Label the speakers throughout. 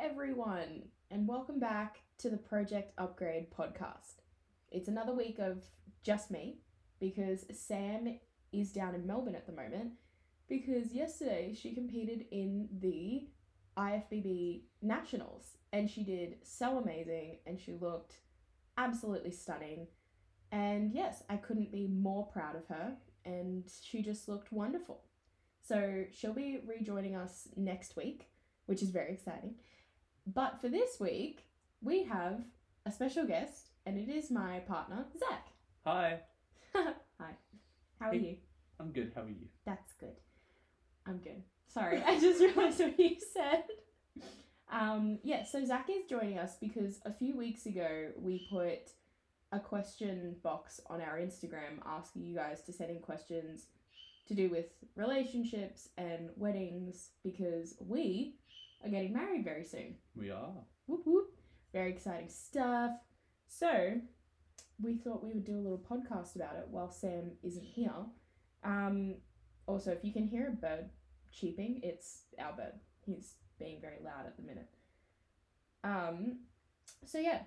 Speaker 1: everyone, and welcome back to the Project Upgrade podcast. It's another week of just me because Sam is down in Melbourne at the moment because yesterday she competed in the IFBB Nationals and she did so amazing and she looked absolutely stunning. And yes, I couldn't be more proud of her and she just looked wonderful. So she'll be rejoining us next week, which is very exciting. But for this week, we have a special guest, and it is my partner, Zach.
Speaker 2: Hi,
Speaker 1: Hi. How are
Speaker 2: Hey.
Speaker 1: you?
Speaker 2: I'm good. How are you?
Speaker 1: That's good. I'm good. Sorry, I just realised what you said. Um, yeah, so Zach is joining us because a few weeks ago we put a question box on our Instagram asking you guys to send in questions to do with relationships and weddings because we are getting married very soon.
Speaker 2: We are.
Speaker 1: Whoop whoop. Very exciting stuff. So, we thought we would do a little podcast about it while Sam isn't here. Um, also, if you can hear a bird cheeping, it's our bird. He's being very loud at the minute. Um, so, yeah.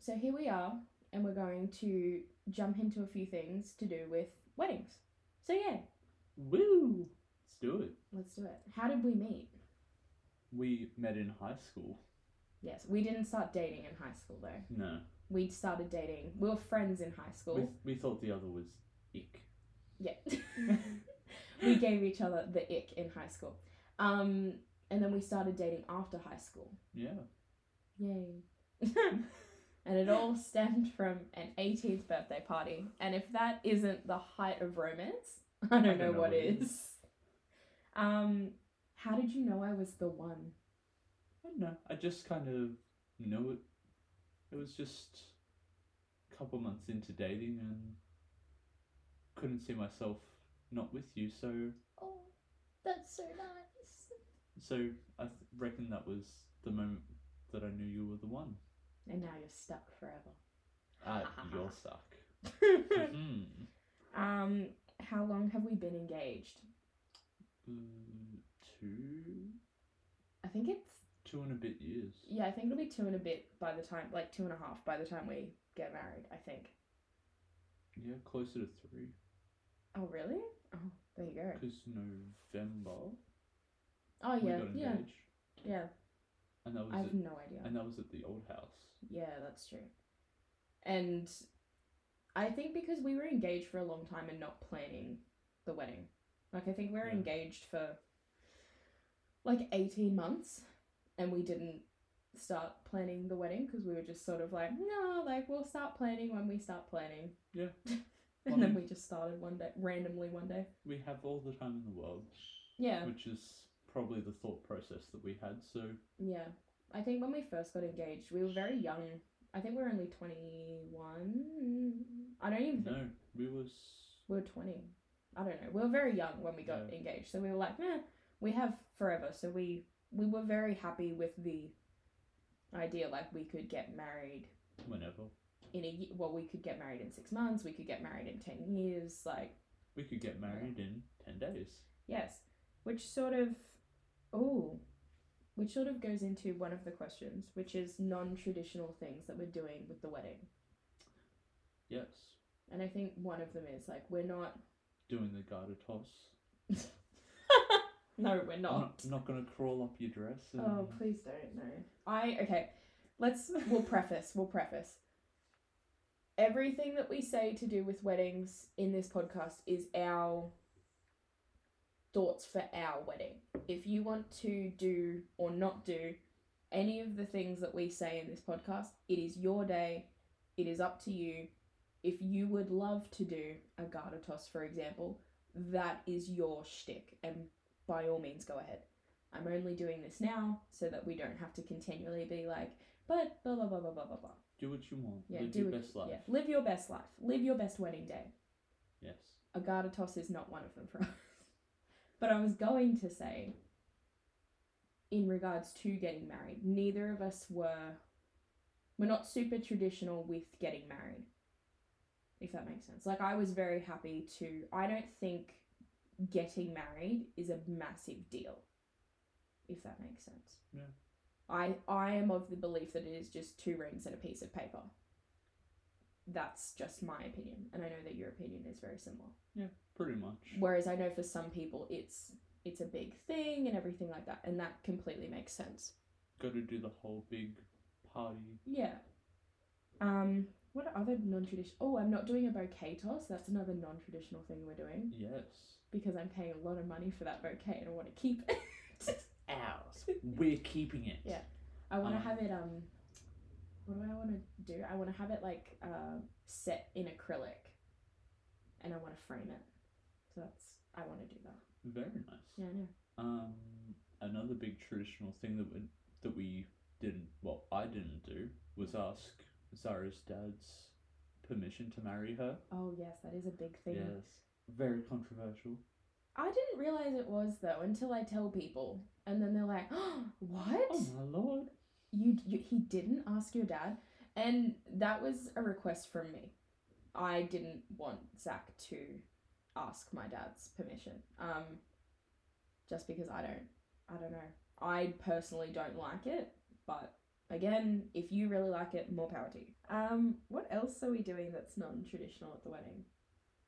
Speaker 1: So, here we are, and we're going to jump into a few things to do with weddings. So, yeah,
Speaker 2: Woo! Let's do it.
Speaker 1: let's do it. How did we meet?
Speaker 2: We met in high school.
Speaker 1: Yes, we didn't start dating in high school though.
Speaker 2: No,
Speaker 1: we started dating. We were friends in high
Speaker 2: we,
Speaker 1: school.
Speaker 2: we thought the other was ick.
Speaker 1: yeah. we gave each other the ick in high school. Um, and then we started dating after high school.
Speaker 2: Yeah.
Speaker 1: Yay. and it all stemmed from an 18th birthday party. And if that isn't the height of romance, I don't, know, what is. Um, how did you know I was the one?
Speaker 2: I don't know. I just kind of know it. It was just a couple months into dating and couldn't see myself not with you. So,
Speaker 1: Oh, that's so nice.
Speaker 2: so I th- reckon that was the moment that I knew you were the one.
Speaker 1: And now you're stuck forever.
Speaker 2: Ah, you're stuck. Mhm.
Speaker 1: um, how long have we been engaged?
Speaker 2: Mm, two,
Speaker 1: I think it's
Speaker 2: two and a bit years.
Speaker 1: yeah, I think it'll be two and a bit by the time like two and a half by the time we get married, I think.
Speaker 2: Yeah, closer to three.
Speaker 1: Oh really? Oh, there you go.
Speaker 2: Because November
Speaker 1: Oh
Speaker 2: we
Speaker 1: yeah,
Speaker 2: got engaged,
Speaker 1: yeah. Yeah.
Speaker 2: and that was
Speaker 1: I
Speaker 2: at,
Speaker 1: have no idea.
Speaker 2: and that was at the old house.
Speaker 1: Yeah, that's true. And I think because we were engaged for a long time and not planning the wedding. Like I think we were
Speaker 2: Yeah.
Speaker 1: engaged for like 18 months and we didn't start planning the wedding because we were just sort of like, no, like we'll start planning when we start planning.
Speaker 2: Yeah.
Speaker 1: and then
Speaker 2: Um,
Speaker 1: we just started one day randomly one day.
Speaker 2: We have all the time in the world,
Speaker 1: Yeah.
Speaker 2: which is probably the thought process that we had. So
Speaker 1: Yeah. I think when we first got engaged, we were very young. I think we were only 21. I don't even think
Speaker 2: no, we was
Speaker 1: we were 20. I don't know. We were very young when we got
Speaker 2: Yeah.
Speaker 1: engaged. So we were like, eh, we have forever. So we we were very happy with the idea like we could get married
Speaker 2: whenever
Speaker 1: in a year. Well, we could get married in six months. We could get married in 10 years. Like,
Speaker 2: we could get married in ten days.
Speaker 1: Yes, which sort of, oh, which sort of goes into one of the questions, which is non-traditional things that we're doing with the wedding.
Speaker 2: Yes,
Speaker 1: And I think one of them is like we're not.
Speaker 2: doing the garter toss.
Speaker 1: No, we're
Speaker 2: I'm
Speaker 1: not.
Speaker 2: not, not gonna crawl up your dress. And,
Speaker 1: Oh, please don't. No. I okay. Let's. We'll preface. We'll preface. Everything that we say to do with weddings in this podcast is our thoughts for our wedding. If you want to do or not do any of the things that we say in this podcast, it is your day. It is up to you. If you would love to do a garter toss, for example, that is your shtick, and by all means, go ahead. I'm only doing this now so that we don't have to continually be like, but blah blah blah blah blah blah blah.
Speaker 2: do what you want.
Speaker 1: Yeah,
Speaker 2: Live
Speaker 1: do
Speaker 2: your
Speaker 1: what-
Speaker 2: best life.
Speaker 1: Yeah, live your best life. Live your best wedding day.
Speaker 2: Yes.
Speaker 1: A garter toss is not one of them for us. But I was going to say, in regards to getting married, neither of us were, we're not super traditional with getting married, if that makes sense. Like, I was very happy to, I don't think getting married is a massive deal, if that makes sense.
Speaker 2: Yeah.
Speaker 1: I I am of the belief that it is just two rings and a piece of paper. That's just my opinion, and I know that your opinion is very similar.
Speaker 2: pretty much.
Speaker 1: Whereas I know for some people it's it's a big thing and everything like that, and that completely makes sense.
Speaker 2: Got to do the whole big party.
Speaker 1: Yeah. Um. What are other non-traditional? Oh, I'm not doing a bouquet toss. That's another non-traditional thing we're doing
Speaker 2: Yes.
Speaker 1: because I'm paying a lot of money for that bouquet and I want to keep it.
Speaker 2: Ours. We're keeping it.
Speaker 1: Yeah. I want to
Speaker 2: Um,
Speaker 1: have it. Um, what do I want to do? I want to have it like uh, set in acrylic, and I want to frame it. So that's I want to do that.
Speaker 2: Very nice.
Speaker 1: Yeah, I know.
Speaker 2: Um, another big traditional thing that we, that we didn't, well, I didn't do, was ask Zara's dad's permission to marry her.
Speaker 1: Oh yes, that is a big thing.
Speaker 2: Yes. Very controversial.
Speaker 1: I didn't realize it was though until I tell people, and then they're like, oh, "What?
Speaker 2: Oh my lord.
Speaker 1: You, you he didn't ask your dad?" And that was a request from me. I didn't want Zach to ask my dad's permission. Um, just because I don't, I don't know. I personally don't like it, but again, if you really like it, more power to you. Um, what else are we doing that's non-traditional at the wedding?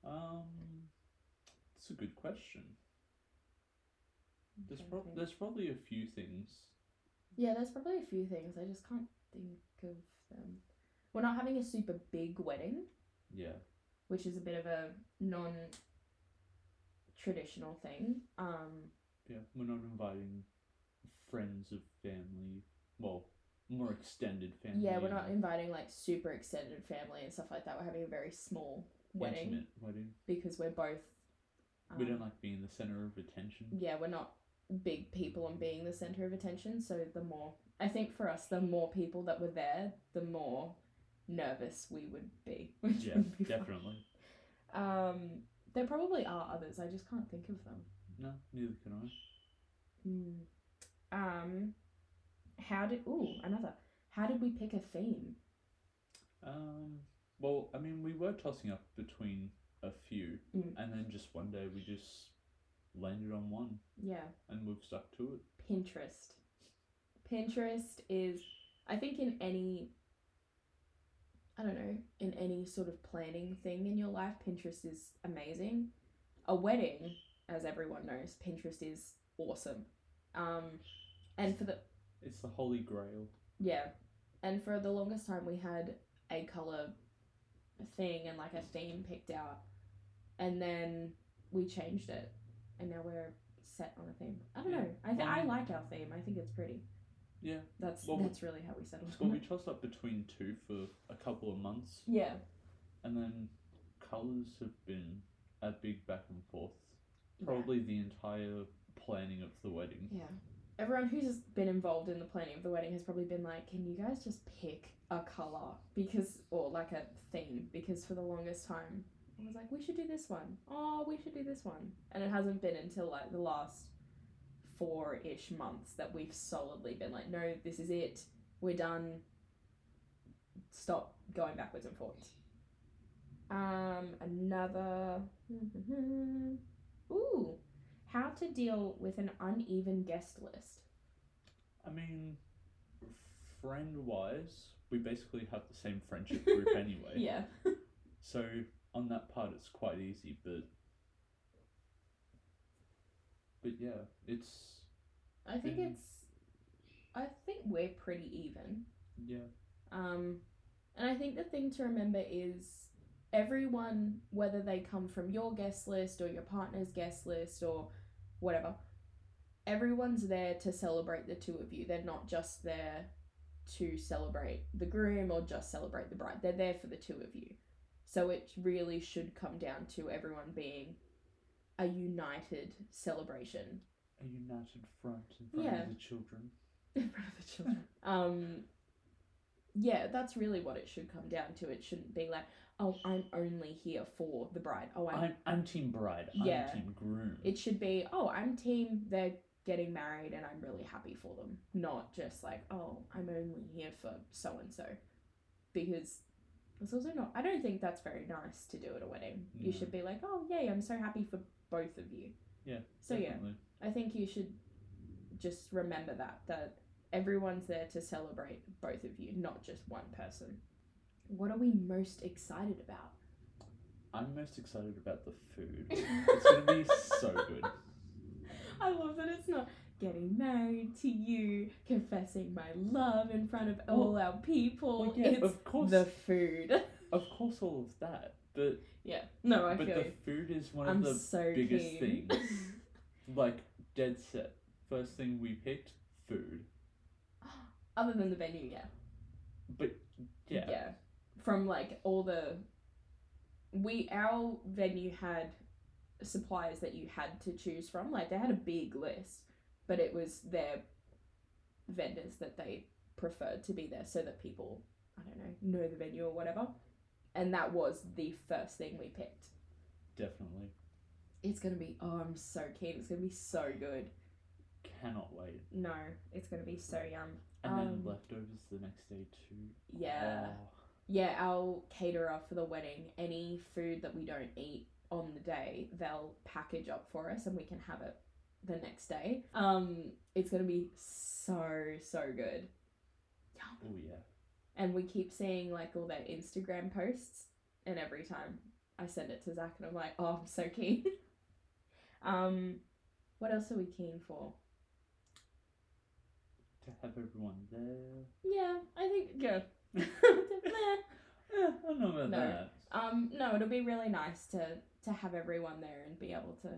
Speaker 2: Um, it's a good question. There's,
Speaker 1: Okay,
Speaker 2: prob
Speaker 1: okay.
Speaker 2: there's probably a few things.
Speaker 1: Yeah, there's probably a few things. I just can't think of them. We're not having a super big wedding,
Speaker 2: Yeah.
Speaker 1: which is a bit of a non traditional thing. Um,
Speaker 2: Yeah. We're not inviting friends of family. Well, more extended family.
Speaker 1: yeah, we're not
Speaker 2: and
Speaker 1: inviting like super extended family and stuff like that. We're having a very small wedding
Speaker 2: intimate wedding.
Speaker 1: because we're both.
Speaker 2: we
Speaker 1: um,
Speaker 2: don't like being the center of attention.
Speaker 1: yeah, we're not big people and being the center of attention. So the more, I think for us, the more people that were there, the more nervous we would be. Which
Speaker 2: Yeah,
Speaker 1: would be fun.
Speaker 2: definitely.
Speaker 1: Um, there probably are others. I just can't think of them.
Speaker 2: No, neither can I.
Speaker 1: Um, how did? Ooh, another. How did we pick a theme?
Speaker 2: Um, well, I mean, we were tossing up between a few,
Speaker 1: Mm.
Speaker 2: and then just one day we just landed on one,
Speaker 1: Yeah,
Speaker 2: and we've stuck to it.
Speaker 1: Pinterest. Pinterest is, I think, in any. I don't know, in any sort of planning thing in your life, Pinterest is amazing. A wedding, as everyone knows, Pinterest is awesome. Um, and for the
Speaker 2: It's the holy grail.
Speaker 1: Yeah. And for the longest time, we had a color thing and like a theme picked out. And then we changed it. And now we're set on a theme. I don't know. I, th- I
Speaker 2: Well-
Speaker 1: like our theme. I think it's pretty.
Speaker 2: Yeah.
Speaker 1: That's
Speaker 2: Um, Well, we-
Speaker 1: that's really how we settled
Speaker 2: Well,
Speaker 1: on
Speaker 2: we
Speaker 1: it.
Speaker 2: tossed up between two for a couple of months,
Speaker 1: Yeah.
Speaker 2: and then colours have been a big back and forth.
Speaker 1: yeah.
Speaker 2: Probably the entire planning of the wedding.
Speaker 1: Yeah. Everyone who's been involved in the planning of the wedding has probably been like, can you guys just pick a color? Because, or like a theme, because for the longest time, I was like, we should do this one. Oh, we should do this one. And it hasn't been until like the last four ish months that we've solidly been like, no, this is it. We're done. Stop going backwards and forwards. Um, another. Ooh. How to deal with an uneven guest list.
Speaker 2: I mean, friend wise, we basically have the same friendship group anyway.
Speaker 1: Yeah.
Speaker 2: So on that part, it's quite easy, but but yeah, it's
Speaker 1: I think
Speaker 2: Mhm.
Speaker 1: it's I think we're pretty even.
Speaker 2: yeah,
Speaker 1: Um and I think the thing to remember is everyone whether they come from your guest list or your partner's guest list or whatever everyone's there to celebrate the two of you. They're not just there to celebrate the groom or just celebrate the bride. They're there for the two of you. So it really should come down to everyone being a united celebration
Speaker 2: a united front in front
Speaker 1: Yeah.
Speaker 2: of the children.
Speaker 1: in front of the children. Um, yeah, that's really what it should come down to. It shouldn't be like, oh, I'm only here for the bride. Oh, I'm.
Speaker 2: I'm I'm team bride.
Speaker 1: Yeah.
Speaker 2: I'm team groom.
Speaker 1: It should be, oh, I'm team. They're getting married, and I'm really happy for them. Not just like, oh, I'm only here for so and so, because it's also not. I don't think that's very nice to do at a wedding. You
Speaker 2: No.
Speaker 1: should be like, oh, yay, I'm so happy for both of you.
Speaker 2: Yeah,
Speaker 1: So yeah.
Speaker 2: Definitely.
Speaker 1: I think you should just remember that that everyone's there to celebrate both of you, not just one person. What are we most excited about?
Speaker 2: I'm most excited about the food. It's gonna be so good.
Speaker 1: I love that it's not getting married to you, confessing my love in front of all our people.
Speaker 2: Well, yeah,
Speaker 1: it's
Speaker 2: of course,
Speaker 1: the food.
Speaker 2: of course, all of that. But
Speaker 1: yeah, no, I
Speaker 2: but
Speaker 1: feel
Speaker 2: the
Speaker 1: you.
Speaker 2: food is one
Speaker 1: I'm
Speaker 2: of the
Speaker 1: so
Speaker 2: biggest
Speaker 1: keen.
Speaker 2: like dead set. First thing we picked, food.
Speaker 1: Other than the venue, yeah.
Speaker 2: But yeah,
Speaker 1: From like all the we our venue had suppliers that you had to choose from. Like they had a big list, but it was their vendors that they preferred to be there so that people, I don't know, know the venue or whatever. And that was the first thing we picked.
Speaker 2: definitely
Speaker 1: It's gonna be oh I'm so keen. It's gonna be so good.
Speaker 2: cannot wait.
Speaker 1: No, it's gonna be so yum.
Speaker 2: And then
Speaker 1: Um,
Speaker 2: leftovers the next day too.
Speaker 1: Yeah.
Speaker 2: Oh,
Speaker 1: yeah, our caterer for the wedding, any food that we don't eat on the day, they'll package up for us and we can have it the next day. Um, it's gonna be so so good. Yum.
Speaker 2: oh yeah.
Speaker 1: And we keep seeing like all their Instagram posts, and every time I send it to Zach, and I'm like, oh, I'm so keen. um, what else are we keen for?
Speaker 2: To have everyone there.
Speaker 1: Yeah, I think yeah. Meh.
Speaker 2: Eh, I don't know
Speaker 1: No.
Speaker 2: about that.
Speaker 1: Um, no, it'll be really nice to to have everyone there and be able to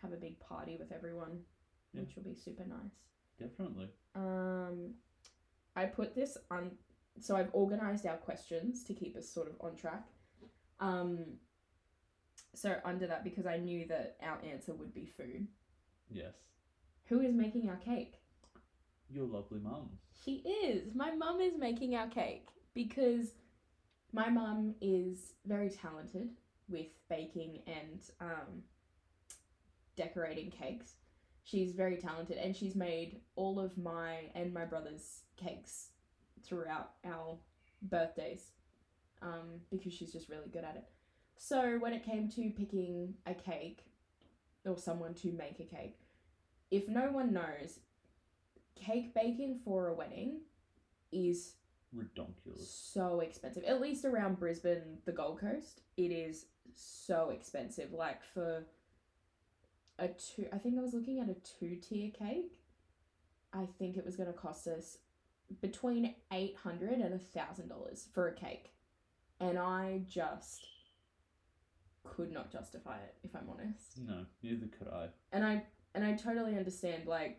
Speaker 1: have a big party with everyone,
Speaker 2: Yeah.
Speaker 1: which will be super nice.
Speaker 2: Definitely.
Speaker 1: Um, I put this on, so I've organized our questions to keep us sort of on track. Um, so under that, because I knew that our answer would be food.
Speaker 2: Yes.
Speaker 1: Who is making our cake?
Speaker 2: Your lovely mum.
Speaker 1: She is. My mum is making our cake because my mum is very talented with baking and um, decorating cakes. She's very talented and she's made all of my and my brother's cakes throughout our birthdays um, because she's just really good at it. So when it came to picking a cake or someone to make a cake, if no one knows, cake baking for a wedding is
Speaker 2: Redonkulous.
Speaker 1: so expensive. At least around Brisbane, the Gold Coast, it is so expensive. Like for a two, I think I was looking at a two tier cake. I think it was going to cost us between eight hundred and a thousand dollars for a cake, and I just could not justify it. If I'm honest
Speaker 2: No, neither could I.
Speaker 1: and I and I totally understand like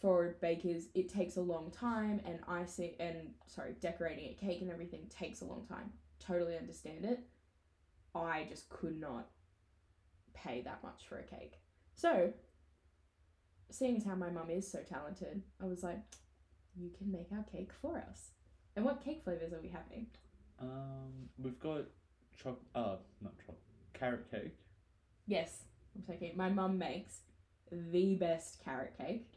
Speaker 1: for bakers it takes a long time and icing and sorry decorating a cake and everything takes a long time. Totally understand it. I just could not pay that much for a cake. So seeing as how my mum is so talented, I was like, you can make our cake for us. And what cake flavors are we having?
Speaker 2: Um, we've got choc. Uh, not choc. Carrot cake.
Speaker 1: Yes, I'm so keen. My mum makes the best carrot cake.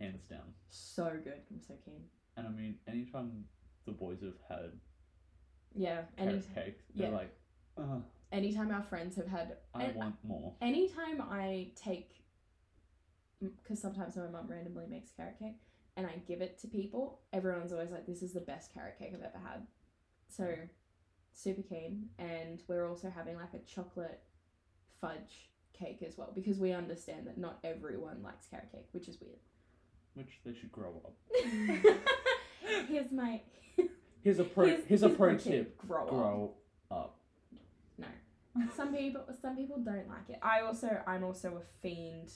Speaker 2: hands down.
Speaker 1: So good. I'm so keen.
Speaker 2: And I mean, anytime the boys have had
Speaker 1: Yeah, any,
Speaker 2: carrot cake, they're
Speaker 1: yeah.
Speaker 2: like, Ugh,
Speaker 1: anytime our friends have had,
Speaker 2: I
Speaker 1: And- uh,
Speaker 2: want more.
Speaker 1: anytime I take, because sometimes my mum randomly makes carrot cake, and I give it to people, everyone's always like, "This is the best carrot cake I've ever had." So,
Speaker 2: Mm-hmm.
Speaker 1: super keen, and we're also having like a chocolate fudge cake as well because we understand that not everyone likes carrot cake, which is
Speaker 2: Which they should grow up.
Speaker 1: weird. here's my
Speaker 2: Here's a pro. Here's, a
Speaker 1: my
Speaker 2: pro
Speaker 1: tip,
Speaker 2: tip:
Speaker 1: Grow up.
Speaker 2: grow up.
Speaker 1: No. Some people some people don't like it. I also I'm also a fiend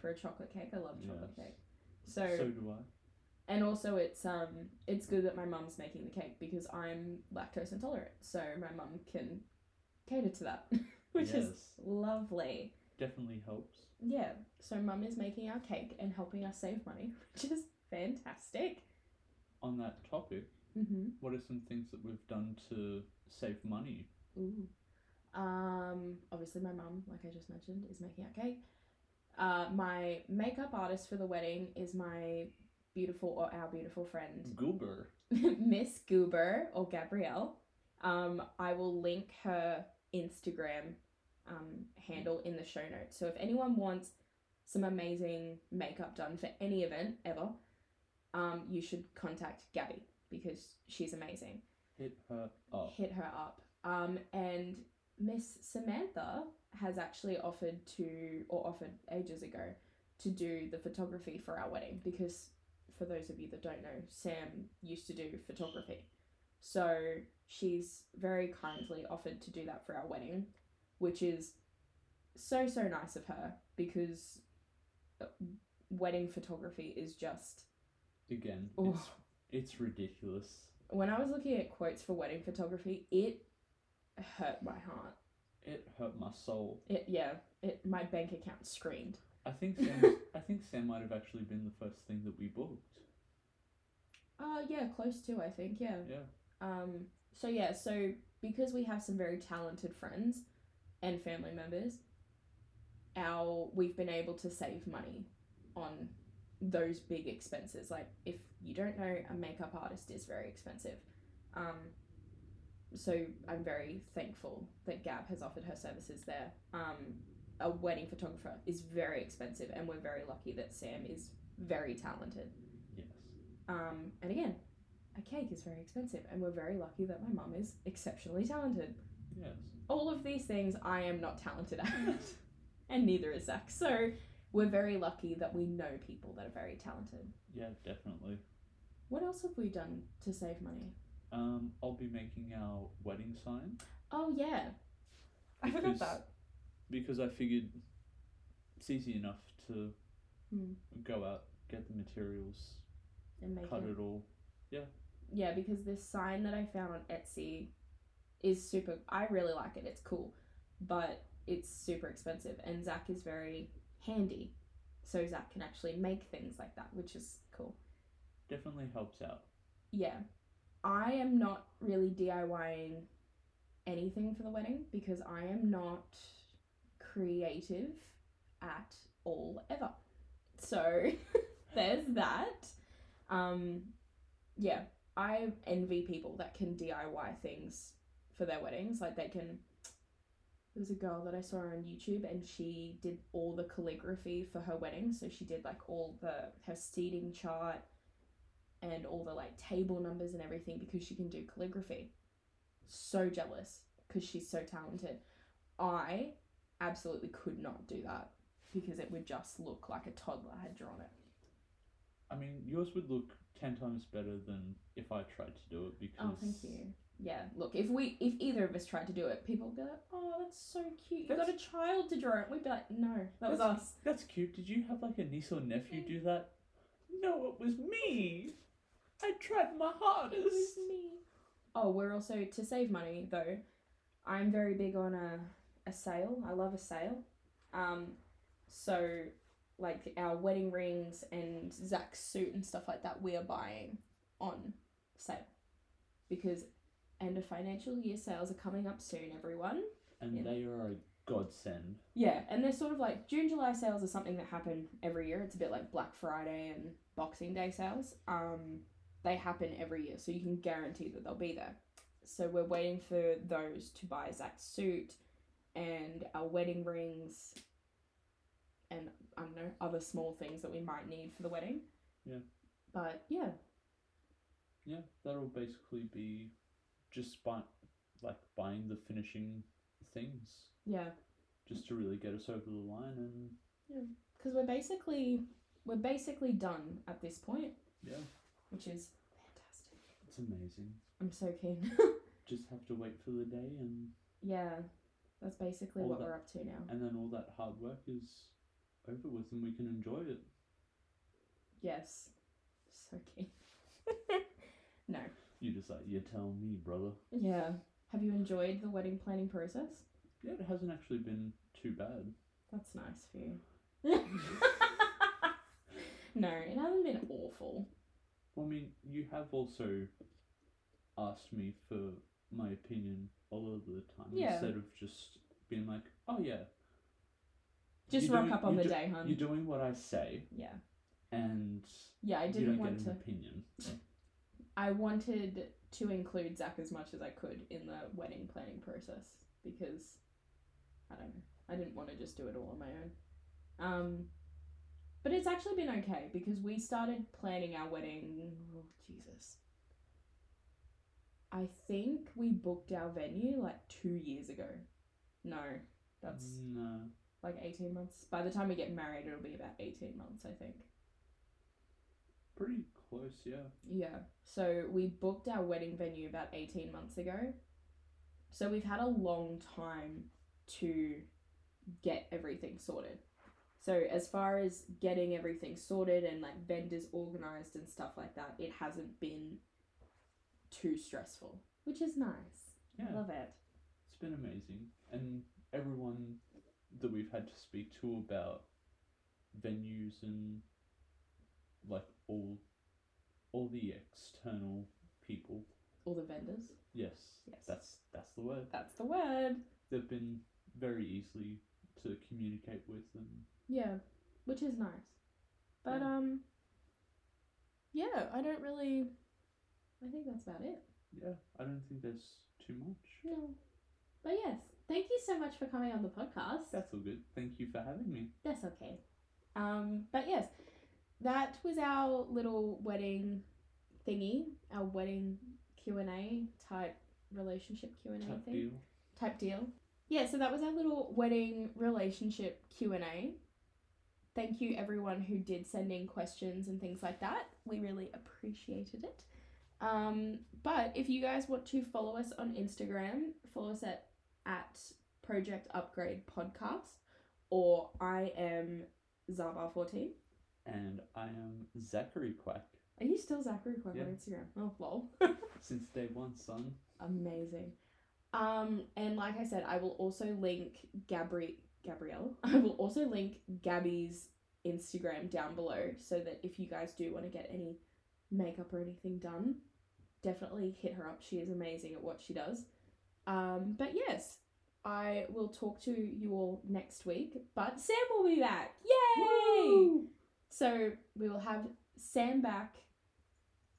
Speaker 1: for a chocolate cake. I love chocolate
Speaker 2: Yes.
Speaker 1: cake. So,
Speaker 2: So do I.
Speaker 1: and also it's um it's good that my mum's making the cake because I'm lactose intolerant. So my mum can cater to that, which is
Speaker 2: Yes.
Speaker 1: lovely.
Speaker 2: Definitely helps.
Speaker 1: Yeah. So mum is making our cake and helping us save money, which is fantastic.
Speaker 2: On that topic,
Speaker 1: Mhm.
Speaker 2: what are some things that we've done to save money?
Speaker 1: Ooh. Um, obviously, my mum, like I just mentioned, is making out cake. Uh, my makeup artist for the wedding is my beautiful or our beautiful friend,
Speaker 2: Goober.
Speaker 1: Miss Goober or Gabrielle. Um, I will link her Instagram um, handle in the show notes. So if anyone wants some amazing makeup done for any event ever, um, you should contact Gabby because she's amazing.
Speaker 2: Hit her up.
Speaker 1: Hit her up. Um, and Miss Samantha has actually offered to, or offered ages ago, to do the photography for our wedding because, for those of you that don't know, Sam used to do photography. So she's very kindly offered to do that for our wedding, which is so, so nice of her because uh, wedding photography is just.
Speaker 2: Again,
Speaker 1: Oh.
Speaker 2: it's, it's ridiculous.
Speaker 1: When I was looking at quotes for wedding photography, it hurt my heart.
Speaker 2: It hurt my soul.
Speaker 1: It yeah, it my bank account screamed.
Speaker 2: I think Sam, I think Sam might have actually been the first thing that we booked.
Speaker 1: Uh yeah, close to I think, yeah.
Speaker 2: Yeah.
Speaker 1: Um so yeah, so because we have some very talented friends and family members, our we've been able to save money on those big expenses. Like if you don't know, a makeup artist is very expensive. Um so I'm very thankful that Gab has offered her services there. Um a wedding photographer is very expensive and we're very lucky that Sam is very talented.
Speaker 2: Yes.
Speaker 1: Um, and again, a cake is very expensive, and we're very lucky that my mum is exceptionally talented.
Speaker 2: Yes.
Speaker 1: All of these things I am not talented at, and neither is Zach. So we're very lucky that we know people that are very talented.
Speaker 2: Yeah, definitely.
Speaker 1: What else have we done to save money?
Speaker 2: Um, I'll be making our wedding sign
Speaker 1: Oh, yeah. I forgot
Speaker 2: Because-
Speaker 1: that.
Speaker 2: because I figured it's easy enough to
Speaker 1: Hmm.
Speaker 2: go out, get the materials,
Speaker 1: And make
Speaker 2: cut
Speaker 1: it.
Speaker 2: it all.
Speaker 1: Yeah, because this sign that I found on Etsy is super. I really like it. It's cool, but it's super expensive. And Zach is very handy, so Zach can actually make things like that, which is cool.
Speaker 2: Definitely helps out.
Speaker 1: Yeah, I am not really DIYing anything for the wedding because I am not creative at all ever. So there's that. Um, yeah, I envy people that can DIY things for their weddings. Like they can. There was a girl that I saw on YouTube, and she did all the calligraphy for her wedding. So she did like all the her seating chart and all the like table numbers and everything because she can do calligraphy. So jealous because she's so talented. I absolutely could not do that because it would just look like a toddler had drawn it.
Speaker 2: I mean, yours would look ten times better than if I tried to do it because.
Speaker 1: Oh, thank you. Yeah, look, if we if either of us tried to do it, people would be like, "Oh, that's so cute. You got a
Speaker 2: That's-
Speaker 1: child to draw it." We'd be like, "No, that was
Speaker 2: That's-
Speaker 1: us."
Speaker 2: That's cute. Did you have like a niece or nephew do that? No, it was me. I tried my
Speaker 1: It was
Speaker 2: hardest.
Speaker 1: me. Oh, we're also to save money though. I'm very big on a a sale. I love a sale. Um, so like our wedding rings and Zach's suit and stuff like that, we are buying on sale because end of financial year sales are coming up soon. Everyone.
Speaker 2: And
Speaker 1: Yeah.
Speaker 2: they are a godsend.
Speaker 1: Yeah, and they're sort of like June July sales are something that happen every year. It's a bit like Black Friday and Boxing Day sales. Um, they happen every year, so you can guarantee that they'll be there. So we're waiting for those to buy Zach's suit and our wedding rings and I don't know, other small things that we might need for the wedding.
Speaker 2: Yeah.
Speaker 1: But yeah,
Speaker 2: Yeah, that'll basically be just buy, like buying the finishing things
Speaker 1: yeah.
Speaker 2: just to really get us over the line and
Speaker 1: Because we're basically we're basically done at this point,
Speaker 2: yeah,
Speaker 1: which is fantastic.
Speaker 2: it's amazing.
Speaker 1: I'm so keen.
Speaker 2: Just have to wait for the day and
Speaker 1: Yeah, that's basically
Speaker 2: All
Speaker 1: what
Speaker 2: that-
Speaker 1: we're up to now.
Speaker 2: and then all that hard work is over with and we can enjoy it.
Speaker 1: Yes. So keen. no.
Speaker 2: You just like you tell me, brother.
Speaker 1: Yeah. Have you enjoyed the wedding planning process?
Speaker 2: Yeah, it hasn't actually been too bad.
Speaker 1: That's nice for you. no, it hasn't been awful.
Speaker 2: Well, I mean, you have also asked me for my opinion all of the time
Speaker 1: Yeah.
Speaker 2: instead of just being like, "Oh yeah,
Speaker 1: Just
Speaker 2: You
Speaker 1: rock
Speaker 2: doing-
Speaker 1: up on
Speaker 2: you
Speaker 1: the
Speaker 2: do-
Speaker 1: day, hun.
Speaker 2: you're doing what I say,"
Speaker 1: yeah.
Speaker 2: and
Speaker 1: Yeah, I
Speaker 2: you
Speaker 1: didn't
Speaker 2: don't get
Speaker 1: want
Speaker 2: an
Speaker 1: to.
Speaker 2: opinion.
Speaker 1: I wanted to include Zach as much as I could in the wedding planning process because I don't know. I didn't want to just do it all on my own. Um, But it's actually been okay because we started planning our wedding. Oh, Jesus. I think we booked our venue like two years ago. No, that's
Speaker 2: no.
Speaker 1: like 18 months. By the time we get married, it'll be about 18 months, I think.
Speaker 2: Pretty close, yeah.
Speaker 1: Yeah. So we booked our wedding venue about 18 months ago. So we've had a long time to get everything sorted. So as far as getting everything sorted and like vendors organized and stuff like that, it hasn't been too stressful, which is nice.
Speaker 2: Yeah.
Speaker 1: I love it.
Speaker 2: It's been amazing. And everyone that we've had to speak to about venues and like all all the external people.
Speaker 1: All the vendors.
Speaker 2: Yes.
Speaker 1: Yes.
Speaker 2: That's that's the word.
Speaker 1: That's the word.
Speaker 2: They've been very easily to communicate with and
Speaker 1: Yeah, which is nice. But
Speaker 2: Yeah.
Speaker 1: um yeah, I don't really I think that's about it.
Speaker 2: yeah, I don't think there's too much.
Speaker 1: No. But yes, thank you so much for coming on the podcast.
Speaker 2: That's all good. Thank you for having me.
Speaker 1: That's okay. Um, but yes, that was our little wedding thingy, our wedding Q and A type relationship Q and A
Speaker 2: Type
Speaker 1: thing
Speaker 2: deal.
Speaker 1: type deal. Yeah, so that was our little wedding relationship Q and A. Thank you everyone who did send in questions and things like that. We really appreciated it. Um, but if you guys want to follow us on Instagram, follow us at at Project Upgrade Podcast, or I am Zabar14.
Speaker 2: And I am Zachary Quack.
Speaker 1: Are you still Zachary Quirk
Speaker 2: Yeah.
Speaker 1: on Instagram? Oh, lol.
Speaker 2: Since day one, son.
Speaker 1: Amazing. Um, and like I said, I will also link Gabri Gabrielle. I will also link Gabby's Instagram down below so that if you guys do want to get any makeup or anything done, definitely hit her up. She is amazing at what she does. Um, but yes, I will talk to you all next week. But Sam will be back. Yay!
Speaker 2: Woo!
Speaker 1: So we will have Sam back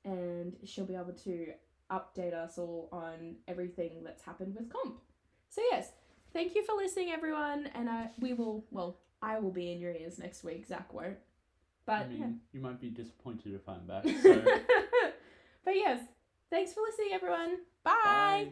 Speaker 1: and she'll be able to update us all on everything that's happened with comp. So yes, thank you for listening everyone and I we will well, I will be in your ears next week, Zach won't. But
Speaker 2: I mean,
Speaker 1: yeah.
Speaker 2: you might be disappointed if I'm back. So,
Speaker 1: but yes, thanks for listening everyone. Bye.
Speaker 2: bye.